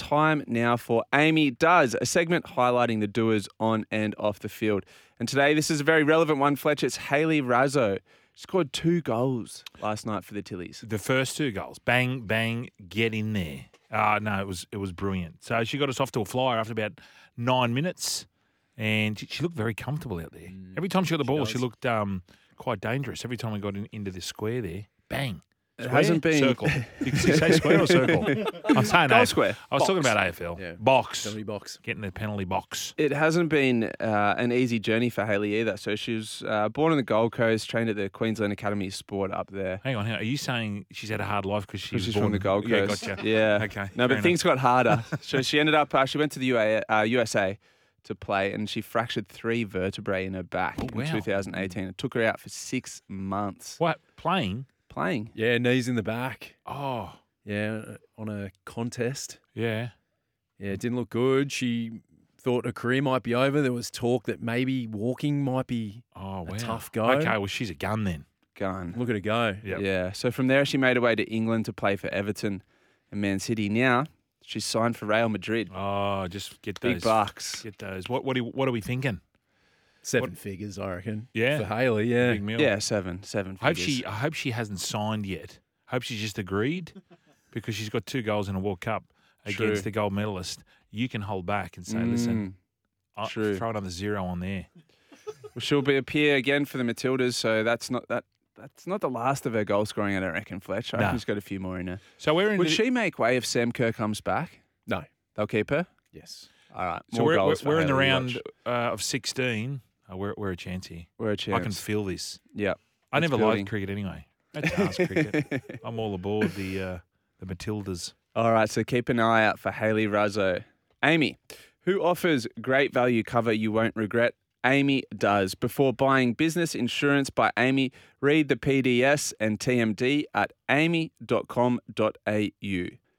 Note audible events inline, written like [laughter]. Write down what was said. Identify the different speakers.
Speaker 1: time now for Amy Does, a segment highlighting the doers on and off the field. And today, this is a very relevant one, Fletch. It's Haley Razzo. She scored two goals last night for the Tillies.
Speaker 2: The first two goals, bang, bang, get in there. Uh, no, it was it was brilliant. So she got us off to a flyer after about nine minutes, and she- she looked very comfortable out there. Every time she got the ball,
Speaker 1: Mm,
Speaker 2: she,
Speaker 1: does.
Speaker 2: looked um, quite dangerous. Every time we got in, into this square there, bang.
Speaker 1: It hasn't been-
Speaker 2: circle. Did you say square
Speaker 1: [laughs]
Speaker 2: or circle? I'm saying
Speaker 1: Goal
Speaker 2: AFL.
Speaker 1: square.
Speaker 2: I was talking about AFL
Speaker 3: Yeah.
Speaker 2: box.
Speaker 3: Penalty box.
Speaker 2: Getting the penalty box.
Speaker 1: It hasn't been uh, an easy journey for Haley either. So she was uh, born on the Gold Coast, trained at the Queensland Academy of Sport up there.
Speaker 2: Hang on, hang on. Are you saying she's had a hard life because she was
Speaker 1: She's
Speaker 2: born
Speaker 1: from the Gold
Speaker 2: Yeah,
Speaker 1: Coast.
Speaker 2: gotcha.
Speaker 1: Yeah.
Speaker 2: Okay,
Speaker 1: No,
Speaker 2: fair
Speaker 1: but things got
Speaker 2: [laughs]
Speaker 1: harder. so she ended up. Uh, she went to the UA, uh, USA to play, and she fractured three vertebrae in her back
Speaker 2: Oh, wow.
Speaker 1: in 2018. It took her out for six months
Speaker 2: What playing?
Speaker 1: playing.
Speaker 3: Yeah, knees in the back.
Speaker 2: Oh,
Speaker 3: Yeah, on a contest.
Speaker 2: yeah.
Speaker 3: Yeah, it didn't look good. She thought her career might be over. There was talk that maybe walking might be.
Speaker 2: Oh, wow.
Speaker 3: A tough go.
Speaker 2: Okay, well, she's a gun then.
Speaker 1: Gun.
Speaker 3: Look at her go.
Speaker 2: Yep.
Speaker 1: Yeah. So from there, she made her way to England to play for Everton and Man City. Now she's signed for Real Madrid.
Speaker 2: Oh, just get
Speaker 1: Big
Speaker 2: those.
Speaker 1: bucks.
Speaker 2: Get those. What what are, what are we thinking?
Speaker 3: Seven figures, I reckon.
Speaker 2: Yeah.
Speaker 3: For Haley, yeah.
Speaker 2: Big meal.
Speaker 1: Yeah, seven, seven.
Speaker 2: I hope
Speaker 1: figures.
Speaker 2: she I hope she hasn't signed yet. I hope she's
Speaker 1: [laughs]
Speaker 2: just agreed because she's got two goals in a World Cup
Speaker 1: True.
Speaker 2: against the gold medalist. You can hold back and say,
Speaker 1: Mm.
Speaker 2: listen, I'll
Speaker 1: true.
Speaker 2: throw another zero on there.
Speaker 1: Well, she'll be a peer again for the Matildas, so that's not that. That's not the last of her goal scoring, I don't reckon, Fletch. I
Speaker 2: No.
Speaker 1: reckon she's got a few more in her.
Speaker 2: So we're in.
Speaker 1: Would she make way if Sam Kerr comes back?
Speaker 3: No.
Speaker 1: They'll keep her.
Speaker 3: Yes.
Speaker 1: All right.
Speaker 2: so
Speaker 1: more
Speaker 2: we're, we're,
Speaker 1: goals for
Speaker 2: we're in the
Speaker 1: Hayley,
Speaker 2: round
Speaker 1: watch.
Speaker 2: uh, of sixteen. Oh, we're we're a chance here.
Speaker 1: We're a
Speaker 2: I
Speaker 1: chance.
Speaker 2: can feel this.
Speaker 1: yeah.
Speaker 2: I
Speaker 1: It's
Speaker 2: never
Speaker 1: building.
Speaker 2: liked cricket anyway. That's arse cricket.
Speaker 1: [laughs]
Speaker 2: I'm all aboard the uh, the Matildas.
Speaker 1: All right. So keep an eye out for Haley Razzo. Amy, who offers great value cover you won't regret? Amy does. Before buying business insurance by Amy, read the PDS and TMD at amy.com.au.